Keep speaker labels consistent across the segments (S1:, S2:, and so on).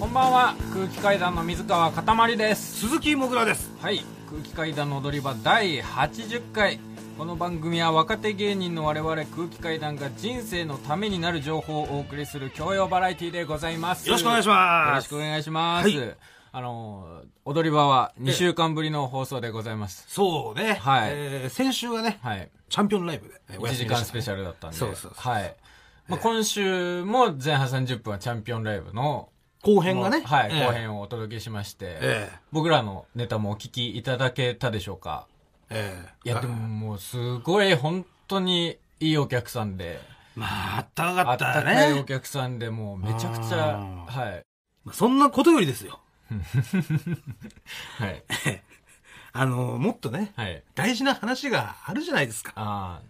S1: こんばんは空気階段の水川かたまりです
S2: 鈴木もぐらです
S1: はい空気階段の踊り場第80回この番組は若手芸人の我々空気階段が人生のためになる情報をお送りする教養バラエティでございます
S2: よろしくお願いし
S1: よろ
S2: ま
S1: し
S2: す
S1: くお願いします、
S2: はい
S1: あの踊り場は2週間ぶりの放送でございます
S2: そうね、
S1: はい
S2: えー先週がね、
S1: はい
S2: チャンピオンライブでえーお
S1: 1
S2: 休
S1: 時
S2: みで
S1: 間
S2: した
S1: スペシャルだったんで
S2: そうそうそう
S1: はいまあ、今週も前半30分はチャンピオンライブの
S2: 後編がね、
S1: はい、
S2: えー
S1: 後編をお届けしまして、
S2: ええ
S1: 僕らのネタもお聞きいただけたでしょうか
S2: えー
S1: いや、でももう、すごい、本当にいいお客さんで、
S2: まああったか
S1: あ
S2: か
S1: っ
S2: ったた
S1: かい
S2: ね
S1: お客さんで、もう、めちゃくちゃ、
S2: あ
S1: はい、
S2: まあそんなことよりですよ
S1: はい、
S2: あのもっとね、
S1: はい、
S2: 大事な話があるじゃないですか、
S1: あ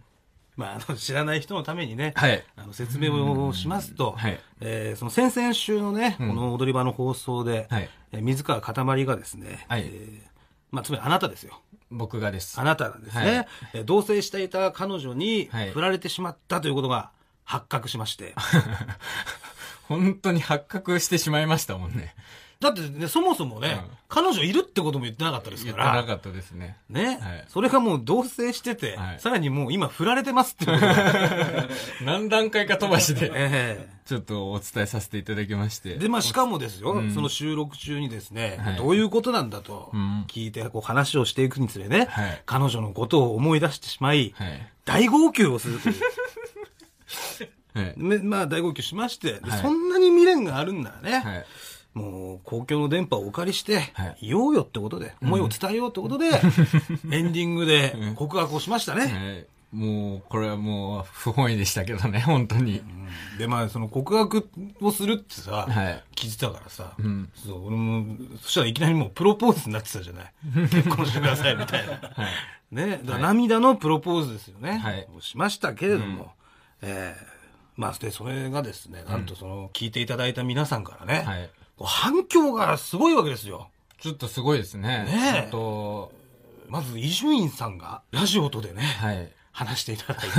S2: まあ、あの知らない人のためにね、
S1: はい
S2: あの説明をしますと、
S1: はい
S2: えーその先々週のね、この踊り場の放送で、
S1: はい
S2: えー水川かたまりがですね、
S1: はい
S2: えーまあ、つまりあなたですよ
S1: ー僕がです
S2: あ。なたがです
S1: は
S2: ね、えー同棲していた彼女に
S1: はい
S2: 振られてしまったということが発覚しまして。
S1: 本当に発覚してしまいましたもんね。
S2: だってね、そもそもね、
S1: うん
S2: 彼女いるってことも言ってなかったです
S1: 言っ
S2: か
S1: てな
S2: ら。
S1: かったですね。
S2: ね、
S1: はい
S2: それがもう同棲してて、
S1: はい
S2: さらにもう今振られてますっていうことが
S1: 何段階か飛ばしで、
S2: え
S1: ちょっとお伝えさせていただきまして
S2: え。で、まあしかもですよ、その収録中にですね、
S1: はい
S2: どういうことなんだと聞いて、こう話をしていくにつれね、
S1: はい
S2: 彼女のことを思い出してしまい、
S1: はい。
S2: 大号泣をする という。
S1: はい。
S2: めまあ大号泣しまして、で
S1: はい
S2: そんなに未練があるんならね、
S1: はい
S2: もう公共の電波をお借りして、
S1: はい
S2: 言おうよってことで、思いを伝えようってこと で、エンディングで告白をしましたね。
S1: はい。もう、これはもう、不本意でしたけどね、本当に。
S2: で、まあ、その告白をするってさ、
S1: はい
S2: 聞いてたからさ、そう俺も、そしたらいきなりもうプロポーズになってたじゃない。 結婚してくださいみたいな。ね、だから涙のプロポーズですよね。
S1: はい
S2: をしましたけれども、えーまあ、で、それがですね、なんとその、聞いていただいた皆さんからね、
S1: はい
S2: こう反響がすごいわけですよ。
S1: ちょっとすごいですね。
S2: ねえ
S1: ちょっと、
S2: まず、伊集院さんが、ラジオとでね、
S1: はい。
S2: 話していただいて、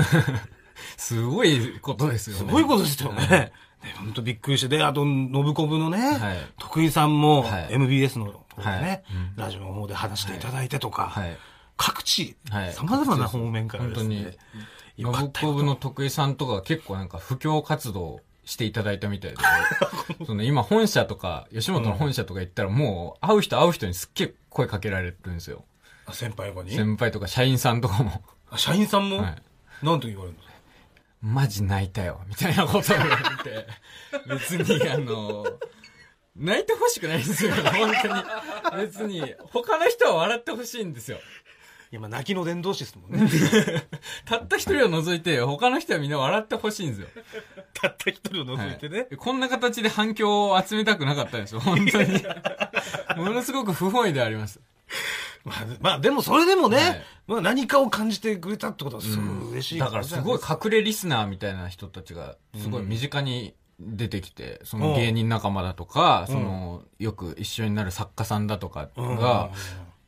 S1: すごいことですよね。
S2: すごいことですよね。ね本当びっくりして、で、あと、ノブコブのね、
S1: はい
S2: 徳井さんも
S1: はい
S2: MBS の方でね、
S1: はい
S2: ラジオの方で話していただいてとか、
S1: はい
S2: 各地、
S1: はい
S2: 様々な方面からです
S1: 本
S2: ね、
S1: 当に。ノブコブの徳井さんとか結構なんか布教活動していただいたみ たいで、その今本社とか、吉本の本社とか行ったらもう会う人会う人にすっげえ声かけられるんですよ。
S2: 先輩後に、
S1: 先輩とか社員さんとかも、
S2: あ社員さんも、
S1: はい
S2: なんと言われるんですか
S1: マジ泣いたよ、みたいなことを言われて、別にあの、泣いてほしくないんですよ、本当に。別に、他の人は笑ってほしいんですよ。
S2: いや、まあ、泣きの伝道師ですもんね。
S1: たった一人を除いて、他の人はみんな笑ってほしいんですよ。
S2: たった一人を除いてね。
S1: こんな形で反響を集めたくなかったんです よ、本当に。ものすごく不本意であります。
S2: まあ、まあ、でもそれでもね、
S1: はい
S2: まあ何かを感じてくれたってことはすごい嬉しい
S1: だからすごい
S2: い。
S1: 隠れリスナーみたいな人たちが、すごい身近に出てきて、その芸人仲間だとか、その、よく一緒になる作家さんだとかが、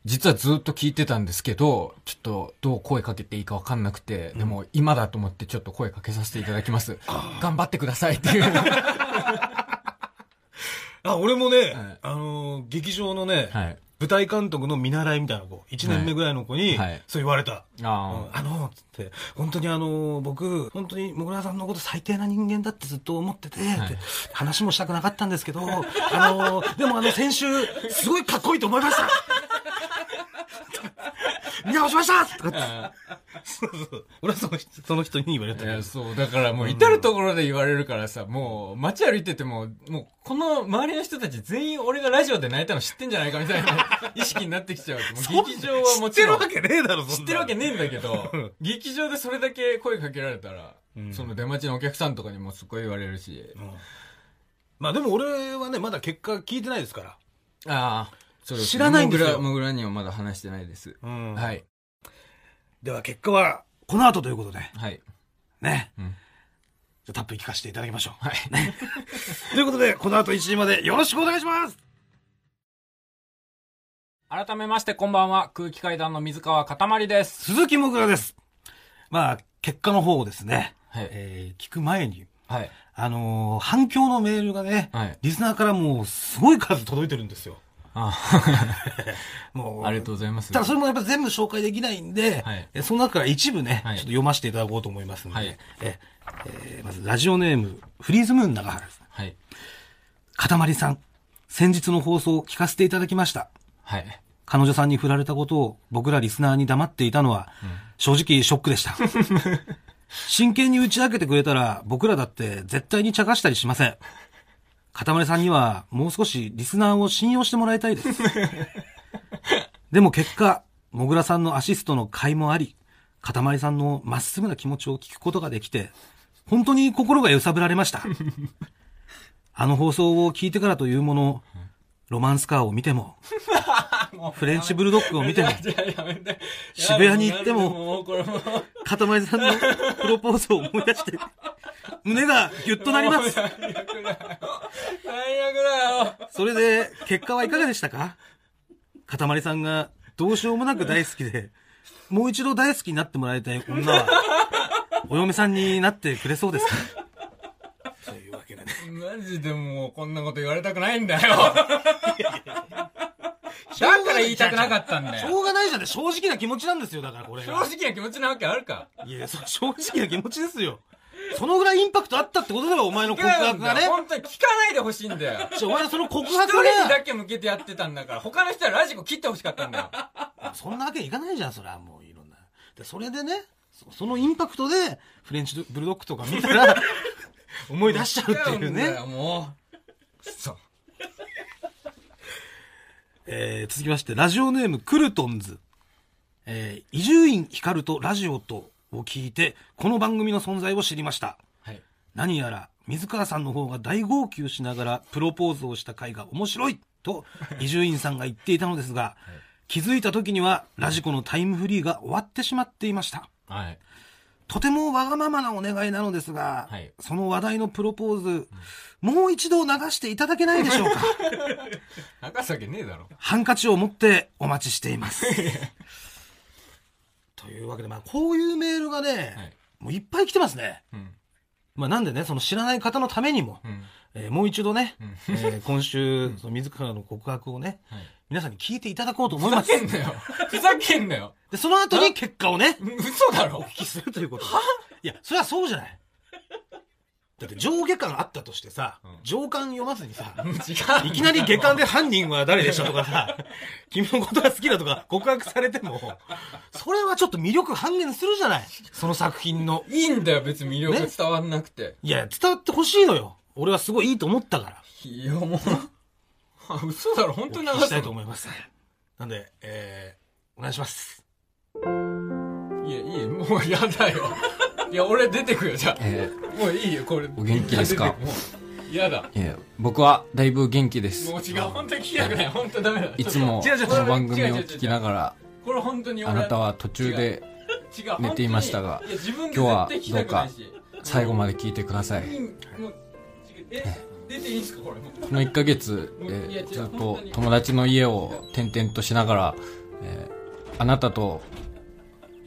S1: 実はずっと聞いてたんですけど、ちょっとどう声かけていいかわかんなくて、でも今だと思ってちょっと声かけさせていただきます。頑張ってくださいって いう。
S2: あ、俺もね、あのー劇場のね、
S1: はい
S2: 舞台監督の見習いみたいな子、1年目ぐらいの子に、
S1: はい
S2: そう言われた。
S1: あ
S2: うんあの、つって、本当にあの、僕、本当に、もぐらさんのこと最低な人間だってずっと思ってて、って話もしたくなかったんですけど、あの、でもあの、先週、すごいかっこいいと思い ました見直しましたとかって。そうそう。俺はその人その人に言われた
S1: い
S2: けど
S1: や、そう、だからもう至るところで言われるからさ、もう街歩いてても、もうこの周りの人たち全員俺がラジオで泣いたの知ってんじゃないかみたい な意識になってきちゃう。もう劇場はもちろん。
S2: 知ってるわけねえだろ、
S1: 知ってるわけ
S2: ね
S1: ねえんだけど、劇場でそれだけ声かけられたら、その出待ちのお客さんとかにもすごい言われるし、
S2: まあでも俺はね、まだ結果聞いてないですから。
S1: ああ、そうです
S2: 知らないんですよ
S1: もぐらもぐらにはまだ話してないです。
S2: ん
S1: はい。
S2: では結果は、この後ということで、
S1: はい。
S2: ね。
S1: ん
S2: じゃあタップ聞かせていただきましょう。
S1: はい。
S2: ということで、この後1時までよろしくお願いします
S1: 改めまして、こんばんは。空気階段の水川かたまりです。
S2: 鈴木もぐらです。まあ、結果の方をですね、
S1: はい
S2: えー聞く前に、
S1: はい。
S2: あのー反響のメールがね、
S1: はい
S2: リスナーからもうすごい数届いてるんですよ。
S1: あ
S2: もう。
S1: ありがとうございます。
S2: ただそれもやっぱ全部紹介できないんで、
S1: はい
S2: えその中から一部ね、
S1: はい
S2: ちょっと読ませていただこうと思いますので、
S1: はい
S2: ええーまずラジオネーム、フリーズムーン長原です。
S1: はい。
S2: かたまりさん、先日の放送を聞かせていただきました。
S1: はい。
S2: 彼女さんに振られたことを僕らリスナーに黙っていたのは、正直ショックでした。真剣に打ち明けてくれたら僕らだって絶対に茶化したりしません。かたまりさんにはもう少しリスナーを信用してもらいたいです。でも結果、もぐらさんのアシストの甲斐もあり、かたまりさんのまっすぐな気持ちを聞くことができて、本当に心が揺さぶられました。あの放送を聞いてからというもの、ロマンスカーを見ても、フレンチブルドッグを見ても、
S1: じゃあやめて。
S2: 渋谷に行っても
S1: もうこれもう。
S2: かたまりさんのプロポーズを思い出して、胸がギュッとなります。
S1: 最悪だよ。最悪だよ。
S2: それで、結果はいかがでしたかかたまりさんがどうしようもなく大好きで、もう一度大好きになってもらいたい女は、お嫁さんになってくれそうですかというわけでね、
S1: マジでもうこんなこと言われたくないんだよ。だから言いたくなかったんだ
S2: し
S1: よ。
S2: ょうがないじゃんね、正直な気持ちなんですよ、だからこれ
S1: 正
S2: が。
S1: 直な気持ちなわけあるか。
S2: いや、そう正直な気持ちですよ。そのぐらいインパクトあったってことだよ、お前の告白がね。
S1: 本当に聞かないでほしいんだよ。
S2: ちょお前のその告白
S1: 一人に
S2: が
S1: だ、け向けてやってたんだから、他の人はラジコ切ってほしかったんだよ。
S2: そんなわけいかないじゃん、それはもういろんな。で、それでね、そそのインパクトで、フレンチブルドッグとか見たら、 思い出しちゃうっていう
S1: なんだ
S2: ね
S1: よ。もう。そう。
S2: えー続きまして、ラジオネーム、クルトンズ。えー伊集院光とラジオとを聞いて、この番組の存在を知りました。
S1: はい。
S2: 何やら、水川さんの方が大号泣しながらプロポーズをした回が面白いと、伊集院さんが言っていたの ですが、気づいた時には、ラジコのタイムフリーが終わってしまっていました。
S1: はい。
S2: とてもわがままなお願いなのですが、
S1: はい
S2: その話題のプロポーズ、もう一度流していただけないでしょうか
S1: 流すわけねえだろ。
S2: ハンカチを持ってお待ちして います。というわけで、まあ、こういうメールがね、
S1: はい
S2: もういっぱい来てますね。
S1: うん。
S2: まあ、なんでね、その知らない方のためにも、
S1: うん。
S2: えーもう一度ね、えー今週、その自らの告白をね、
S1: はい。
S2: 皆さんに聞いていただこうと
S1: ふ
S2: 思い
S1: ざ
S2: ます
S1: け。んなよ。ふざけんなよ。
S2: で、その後に結果をね、
S1: 嘘だろ
S2: お。聞きするということでいやそれはそうじゃないだって上下巻あったとしてさ、上巻読まずにさ
S1: 違う。
S2: いきなり下巻で犯人は誰でしたとか さ君のことが好きだとか告白されてもそれはちょっと魅力半減するじゃないその作品の
S1: いいんだよ、別に魅力
S2: ね
S1: 伝わんなくて。
S2: いや伝わってほしいのよ俺はすごいいいと思ったから
S1: いや、もう。あ嘘だろ、本当
S2: お
S1: に
S2: 聞
S1: 流
S2: きし
S1: す
S2: たいと
S1: の。
S2: 思いますなんでえー、お願いします
S1: いや、いいよ、もうやだよ。いや、俺出てくよ、じゃあ。
S3: え
S1: もういいよ、これ。
S3: お元気ですか
S1: もうやだ。
S3: え僕はだいぶ元気です
S1: もう違う、本当に聞きたくない。本当にダメだ。
S3: いつもこ
S2: 違う違う
S3: の番組を聞きながら
S1: これ本当に俺
S3: あなたは途中で
S1: 違う
S3: 寝ていましたが
S1: 本当にいや自分で
S3: 今日は
S1: 絶対聞きたくないし
S3: 最後まで聞いてください
S1: いいもう違うえ出ていいんすかこれもう
S3: この1ヶ月、え
S1: いや違う
S3: ーずっ
S1: 本
S3: と
S1: 当に
S3: 友達の家を転々としながら、えーあなたと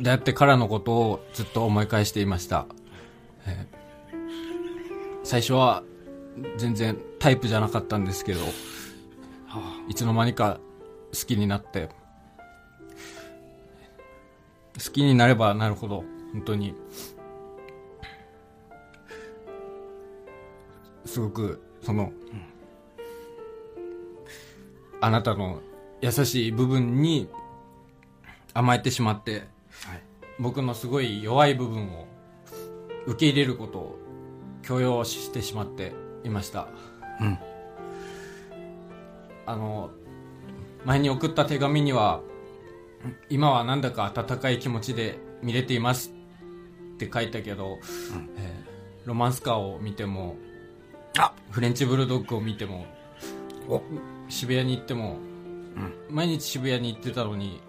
S3: 出会ってからのことをずっと思い返していました、えー最初は全然タイプじゃなかったんですけどいつの間にか好きになって好きになればなるほど本当にすごくその、あなたの優しい部分に甘えてしまって、僕のすごい弱い部分を受け入れることを強要してしまっていました、あの前に送った手紙には今はなんだか温かい気持ちで見れていますって書いたけど、えーロマンスカーを見ても
S2: あ
S3: フレンチブルドッグを見ても
S2: お
S3: 渋谷に行っても、毎日渋谷に行ってたのに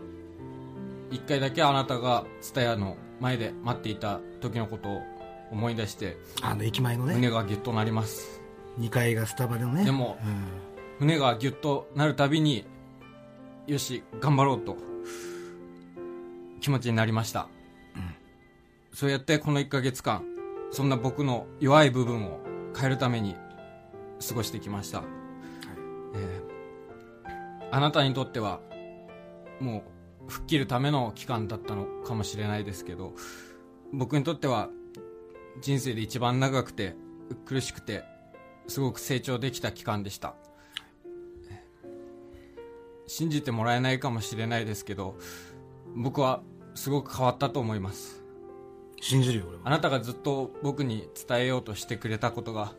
S3: 一回だけあなたが蔦屋の前で待っていた時のことを思い出して
S2: あの駅前のね
S3: 胸がギュッとなります
S2: 2階がスタバでのね
S3: でも
S2: うん
S3: 胸がギュッとなるたびによし頑張ろうと気持ちになりました、そうやってこの1ヶ月間そんな僕の弱い部分を変えるために過ごしてきました、えーあなたにとってはもう吹っ切るための期間だったのかもしれないですけど僕にとっては人生で一番長くて苦しくてすごく成長できた期間でした信じてもらえないかもしれないですけど僕はすごく変わったと思います
S2: 信じるよ俺は
S3: あなたがずっと僕に伝えようとしてくれたことが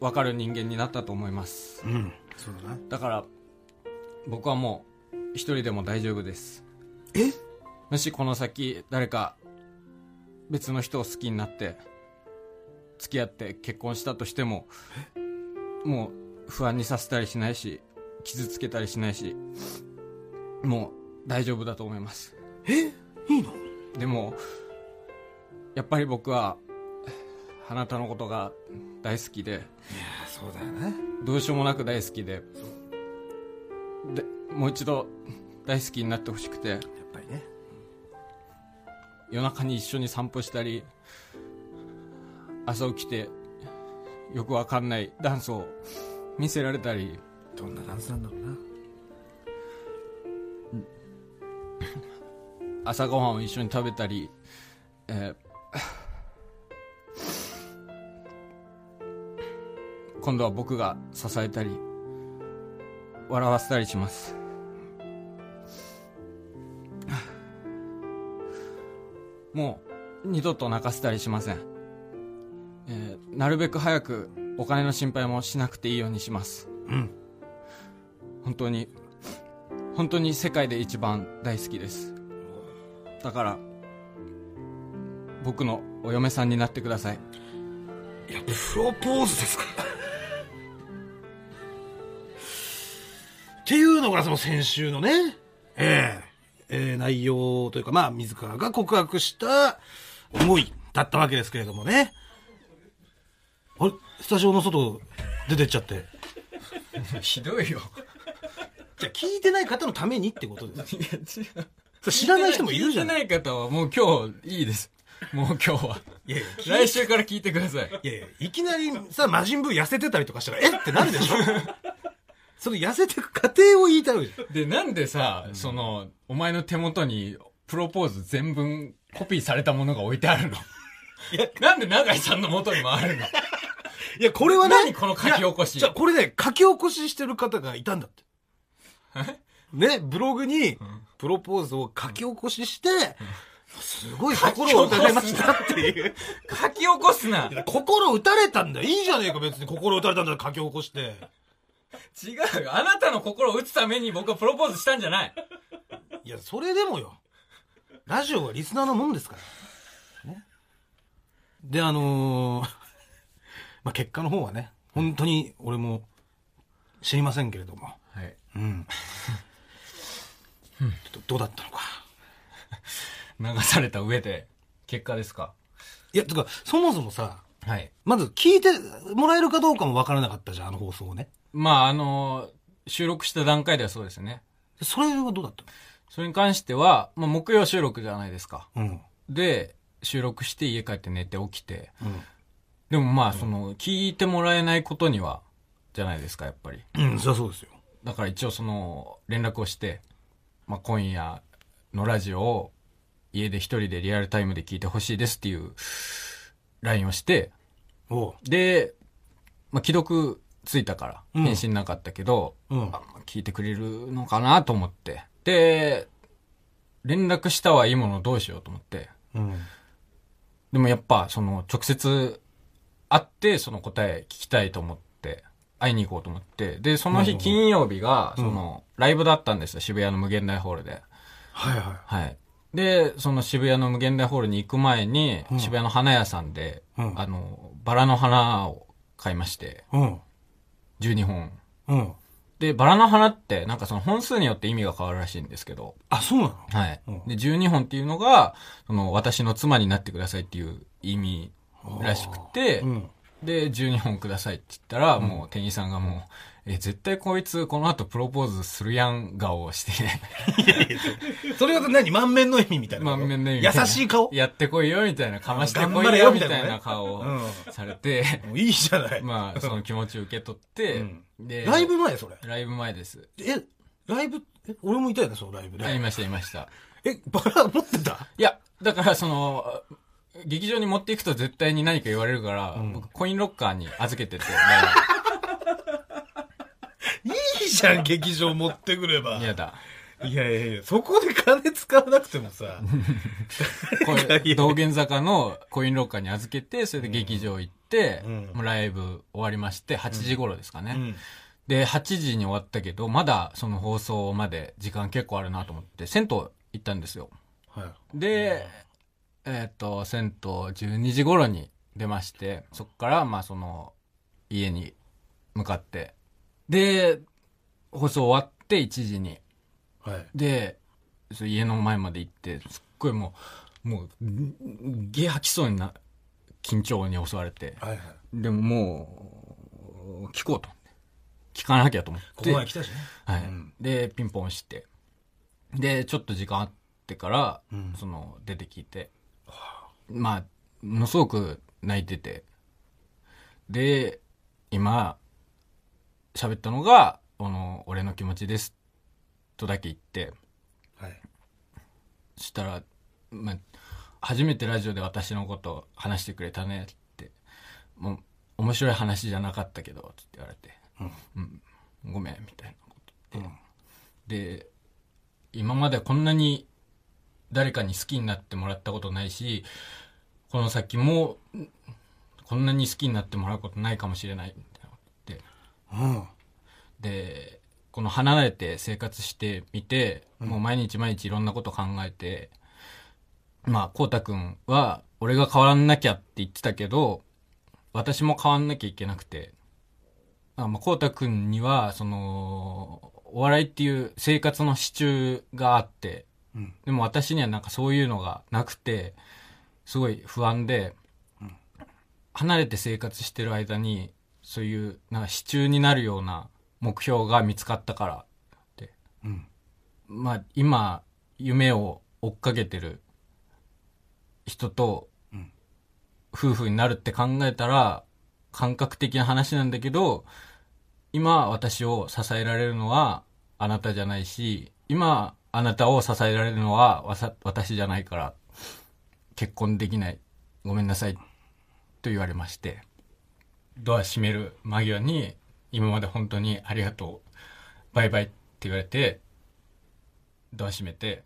S3: 分かる人間になったと思います
S2: うんそうだな
S3: だから僕はもう一人でも大丈夫です
S2: え
S3: もしこの先誰か別の人を好きになって付き合って結婚したとしてももう不安にさせたりしないし傷つけたりしないしもう大丈夫だと思います
S2: えいいの
S3: でもやっぱり僕はあなたのことが大好きで
S2: あそうだよね
S3: どうしようもなく大好きででもう一度大好きになってほしくて
S2: やっぱりね
S3: 夜中に一緒に散歩したり朝起きてよくわかんないダンスを見せられたり
S2: どんなダンスなんだろうな
S3: 朝ごはんを一緒に食べたり、えー今度は僕が支えたり笑わせたりしますもう二度と泣かせたりしません、えーなるべく早くお金の心配もしなくていいようにします
S2: うん
S3: 本当に本当に世界で一番大好きですだから僕のお嫁さんになってください
S2: いやプロポーズですかっていうのがその先週のねええええ内容というかまあ自らが告白した思いだったわけですけれどもねあれスタジオの外出てっちゃって
S1: ひどいよ。
S2: じゃあ聞いてない方のためにってことです
S1: いや、違う。
S2: それ知らない人もいるじゃない
S1: 聞いてない方はもう今日いいです。もう今日は。
S2: いやいや聞い
S1: 来週から聞いてください。
S2: いやいや、いきなりさ、魔人ブー痩せてたりとかしたら、えってなるでし ょその痩せてく過程を言いたいわけじゃん。
S1: で、なんでさ、その、お前の手元に、プロポーズ全文コピーされたものが置いてあるのなんで永井さんの元に回るの
S2: いや、これはね。
S1: 何この書き起こし
S2: いやじゃあこれね、書き起こししてる方がいたんだって。ね、ブログに、プロポーズを書き起こしして、すごい心を打たれましたっていう。
S1: 書き起こすない
S2: や心打たれたんだよ。いいじゃねえか、別に心打たれたんだから書き起こして。
S1: 違うよ。あなたの心を打つために僕はプロポーズしたんじゃない。
S2: いや、それでもよ。ラジオはリスナーのもんですから。ね。で、あのー まあ、結果の方はね、本当に俺も知りませんけれども。
S1: はい。
S2: うん。ちょっとどうだったのか。
S1: 流された上で、結果ですか。
S2: いや、てか、そもそもさ、
S1: はい。
S2: まず聞いてもらえるかどうかもわからなかったじゃん、あの放送をね。
S1: まあ、あの収録した段階ではそうですね。
S2: それはどうだった
S1: それに関しては、まあ、木曜収録じゃないですか。
S2: のうん。
S1: で、収録して家帰って寝て起きて。
S2: う
S1: でもまあ、その、聞いてもらえないことには、じゃないですか、やっぱり。
S2: ん。うん、そりゃそうですよ。
S1: だから一応その、連絡をして、まあ、今夜のラジオを、家で一人でリアルタイムで聞いてほしいですっていう、LINE をして、
S2: おう。
S1: で、まあ、既読ついたか
S2: う
S1: ら、
S2: ん
S1: 返信なかったけど、
S2: うん
S1: あ。まあ聞いてくれるのかなと思って。で、連絡したはいいものどうしようと思って。
S2: うん。
S1: でもやっぱ、その、直接会って、その答え聞きたいと思って、会いに行こうと思って。で、その
S2: う
S1: 日
S2: ん
S1: 金曜日が、その、ライブだったんですよ、渋谷の無限大ホールで。
S2: はいは
S1: はい。で、その渋谷の無限大ホールに行く前に
S2: う、ん
S1: 渋谷の花屋さんで、
S2: うん
S1: あの、バラの花を
S3: 買いまして、
S2: うん。
S3: 12本。
S2: うん。
S3: で、バラの花って、なんかその本数によって意味が変わるらしいんですけど、
S2: あ、そうなの
S3: はい。
S2: うん
S3: で、12本っていうのが、その、私の妻になってくださいっていう意味らしくて、
S2: うん。
S3: で、12本くださいって言ったら、もう店員さんがもう、え、絶対こいつこの後プロポーズするやん顔 をして、
S1: それは何満面の意味みたいなこと。
S3: 満面の意味
S1: 優しい顔。
S3: やってこいよみたいな、かまして
S1: 頑
S3: こ
S1: 張
S3: い
S1: れよ
S3: よ
S1: み
S3: み
S1: たいなね
S3: たいな顔を
S1: う
S3: されて、
S1: もういいじゃない。
S3: まあ、その気持ちを受け取って、で、
S1: ライブ前それ。
S3: ライブ前です。
S1: え、ライブ、え、俺もいたよね、そのライブで。
S3: いました、いました。
S1: え、バラ持ってた
S3: いや、だからその、劇場に持っていくと絶対に何か言われるから、僕コインロッカーに預けて て、
S1: いいじゃん、劇場持ってくれば。
S3: 嫌だ。
S1: いやいやいや、そこで金使わなくてもさ。
S3: こ
S1: いやいや
S3: れ道玄坂のコインロッカーに預けて、それで劇場行って、
S1: うん
S3: もうライブ終わりまして、8時頃ですかね。
S1: うん
S3: で、8時に終わったけど、まだその放送まで時間結構あるなと思って、銭湯行ったんですよ。
S1: はい。
S3: で、えーっと、銭湯12時頃に出まして、そこから、まあその、家に向かって。で、放送終わって1時に。
S1: はい。
S3: で、そう家の前まで行って、すっごいもう、もう、んんゲ吐きそうにな、緊張に襲われて。
S1: はいはい。
S3: でももう、聞こうと思って。聞かなきゃと思って。
S1: ここまで来たしね。
S3: はい、
S1: ん
S3: で、ピンポン押して。で、ちょっと時間あってから、
S1: うん
S3: その、出てきて。まあ、ものすごく泣いてて。で、今、喋ったのが、この、俺の気持ちです。とだけ言って。
S1: はい。
S3: そしたら、まあ、初めてラジオで私のこと話してくれたねって、もう、面白い話じゃなかったけど、つって言われて、うんごめん、みたいなこと言って、で、今までこんなに誰かに好きになってもらったことないし、この先も、んこんなに好きになってもらうことないかもしれない、みたいなこと言って、
S1: うん。
S3: でこの離れて生活してみて、もう毎日毎日いろんなこと考えてまあこうたくんは俺が変わらなきゃって言ってたけど私も変わんなきゃいけなくてあまあこうたくんにはそのお笑いっていう生活の支柱があって、でも私にはなんかそういうのがなくてすごい不安で、離れて生活してる間にそういうなんか支柱になるような目標が見つかったからって、まあ今夢を追っかけてる人と夫婦になるって考えたら感覚的な話なんだけど今私を支えられるのはあなたじゃないし今あなたを支えられるのはわさ私じゃないから結婚できないごめんなさいと言われましてドア閉める間際に今まで本当にありがとうバイバイって言われてドア閉めて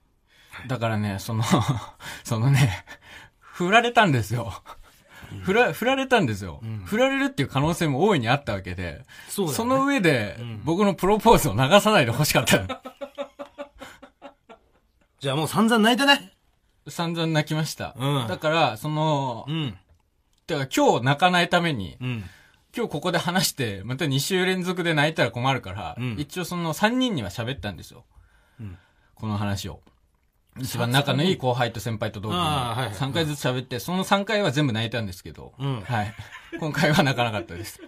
S3: だからねその そのね振られたんですよ振ら振られたんですよ、振られるっていう可能性も大いにあったわけで
S2: そうだよね
S3: の上で、僕のプロポーズを流さないでほしかった。
S2: じゃあもう散々泣いたね。
S3: 散々泣きました。
S2: うん
S3: だから、その、
S2: ん。
S3: だから今日泣かないために、
S2: うん。
S3: 今日ここで話して、また2週連続で泣いたら困るから、
S2: ん
S3: 一応その3人には喋ったんですよ。この話を。一番仲のいい後輩と先輩と同期に、
S2: あーはいはい
S3: 3回ずつ喋って、その3回は全部泣いたんですけど、
S2: ん
S3: はい。今回は泣かなかったです。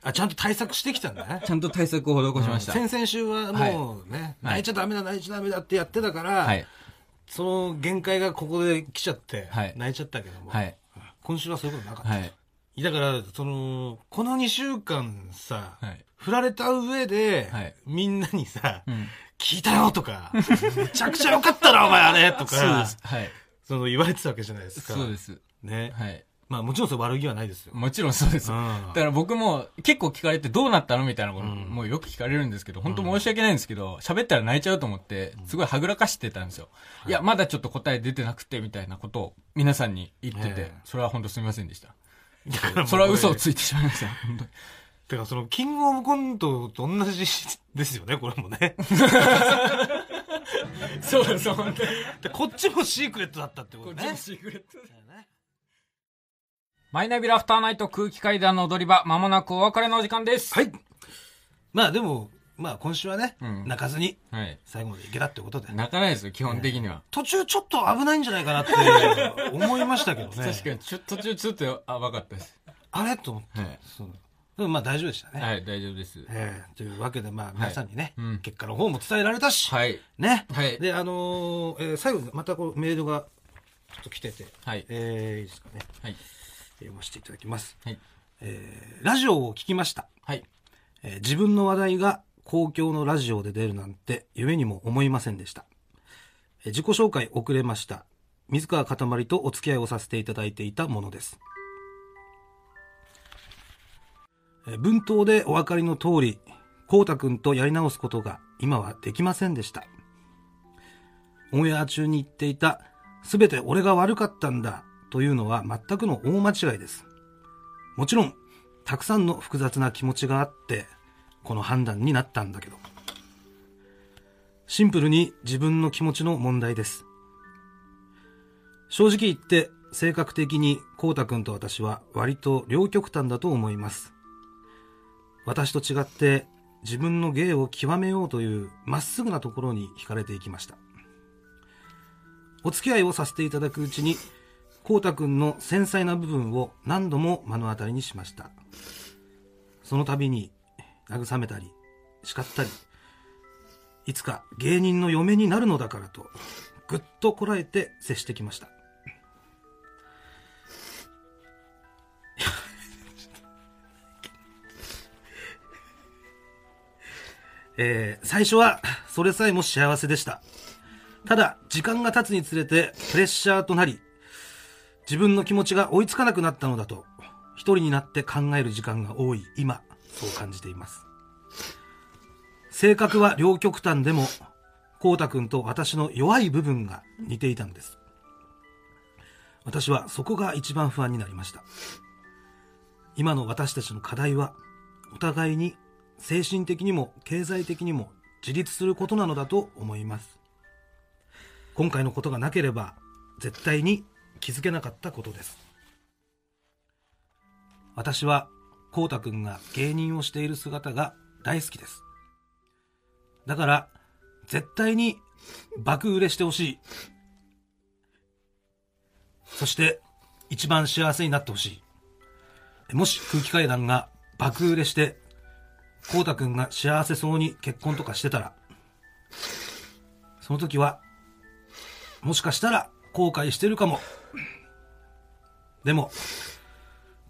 S2: あ、ちゃんと対策してきたんだね。
S3: ちゃんと対策を施しました。
S2: 先々週はもうね、泣いちゃダメだ、泣いちゃダメだってやってたから、
S3: はい。
S2: その限界がここで来ちゃって、
S3: はい
S2: 泣いちゃったけども、
S3: はい。
S2: 今週はそういうことなかった。
S3: はい。
S2: だから、その、この2週間さ、
S3: はい
S2: 振られた上で、
S3: はい
S2: みんなにさ、
S3: ん
S2: 聞いたよとか、めちゃくちゃよかったな、お前あれとか、そ
S3: はい。
S2: の言われてたわけじゃないですか。
S3: そうです。
S2: ね。
S3: はい。
S2: まあもちろんそれ悪気はないですよ。
S3: もちろんそうです。
S2: うん
S3: だから僕も結構聞かれてどうなったのみたいなこともうよく聞かれるんですけど、本当申し訳ないんですけど、喋ったら泣いちゃうと思って、すごいはぐらかしてたんですよ。いや、まだちょっと答え出てなくてみたいなことを皆さんに言ってて
S2: ええ、
S3: それは本当すみませんでした。
S2: だからもう
S3: それは嘘をついてしまいました。本当に
S2: てか、その、キングオブコントと同じですよね、これもね。
S3: そうです、本当に。
S2: でこっちもシークレットだったってことね。
S3: シークレット。
S1: マイナビラフターナイト空気階段の踊り場、まもなくお別れのお時間です。
S2: はい。まあでも、まあ今週はね、
S1: ん
S2: 泣かずに
S1: はい。
S2: 最後までいけたってことで。
S1: 泣かないですよ、基本的には。
S2: 途中ちょっと危ないんじゃないかなって思いましたけどね。
S1: 確かに、ちょ、途中ちょっとあばかったです。
S2: あれと思って。
S1: はい。
S2: そうでもまあ大丈夫でしたね。
S1: はい、大丈夫です。
S2: ええというわけで、まあ、皆さんにね、
S1: はいうん
S2: 結果の方も伝えられたし、
S1: はい。
S2: ね、
S1: はい
S2: で、あのーえー最後にまたこうメールがちょっと来てて、
S1: はい
S2: えーいいですかね、
S1: はい。
S2: 読ませていただきます。
S1: はい。
S2: えーラジオを聞きました、
S1: はい。
S2: えー自分の話題が公共のラジオで出るなんて夢にも思いませんでした。えー自己紹介遅れました。水川かたまりとお付き合いをさせていただいていたものです。えー文頭でお分かりの通り、こうたくんとやり直すことが今はできませんでした。オンエア中に言っていた、すべて俺が悪かったんだというのは全くの大間違いです。もちろん、たくさんの複雑な気持ちがあって、この判断になったんだけど。シンプルに自分の気持ちの問題です。正直言って、性格的にこうたくんと私は割と両極端だと思います。私と違って、自分の芸を極めようというまっすぐなところに惹かれていきました。お付き合いをさせていただくうちに、こうたくんの繊細な部分を何度も目の当たりにしました。その度に、慰めたり、叱ったり、いつか芸人の嫁になるのだからと、ぐっとこらえて接してきました。 えー最初は、それさえも幸せでした。ただ、時間が経つにつれて、プレッシャーとなり、自分の気持ちが追いつかなくなったのだと、一人になって考える時間が多い今、そう感じています。性格は両極端でも、こうたくんと私の弱い部分が似ていたのです。私はそこが一番不安になりました。今の私たちの課題は、お互いに精神的にも経済的にも自立することなのだと思います。今回のことがなければ絶対に気づけなかったことです私はこうたくんが芸人をしている姿が大好きですだから絶対に爆売れしてほしいそして一番幸せになってほしいもし空気階段が爆売れしてこうたくんが幸せそうに結婚とかしてたらその時はもしかしたら後悔してるかも。でも、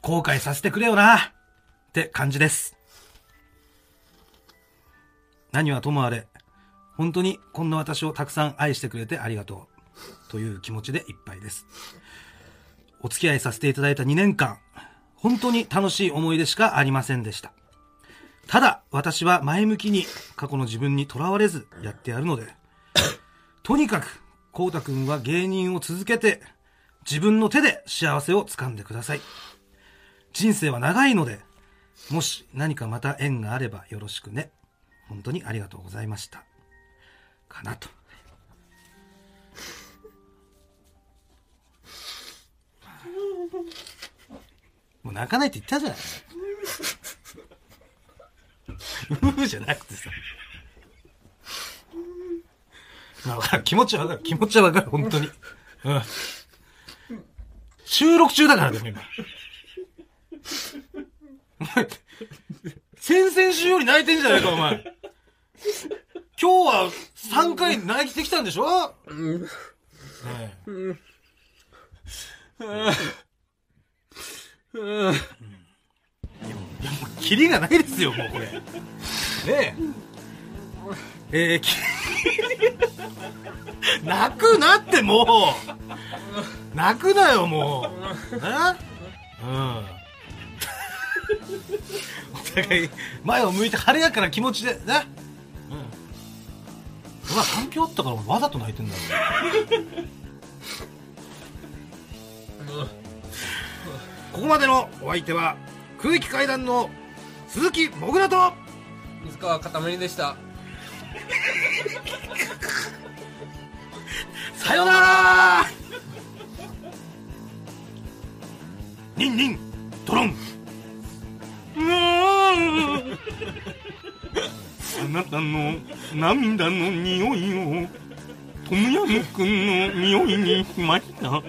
S2: 後悔させてくれよなって感じです。何はともあれ、本当にこんな私をたくさん愛してくれてありがとう。という気持ちでいっぱいです。お付き合いさせていただいた2年間、本当に楽しい思い出しかありませんでした。ただ、私は前向きに過去の自分にとらわれずやってやるので、とにかく、こうたくんは芸人を続けて、自分の手で幸せを掴んでください。人生は長いので、もし何かまた縁があればよろしくね。本当にありがとうございました。かなと。もう泣かないって言ったじゃない。 うーじゃなくてさ。まあわかる気持ちはわかる。気持ちはわかる、本当に。うん。収録中だから、でも今。お前先々週より泣いてんじゃないか、お前。今日は3回泣いてきたんでしょねえいや、もう、キリがないですよ、もう、これ。ねえ。えー、き泣くなってもう泣くなよもうなうんお互い前を向いて晴れやかな気持ちでなうんうわ反響あったからわざと泣いてんだろここまでのお相手は空気階段の鈴木もぐらと
S1: 水川かたまりでした。
S2: さよならニンニンドロンあなたの涙の匂いをトムヤムくんの匂いにしました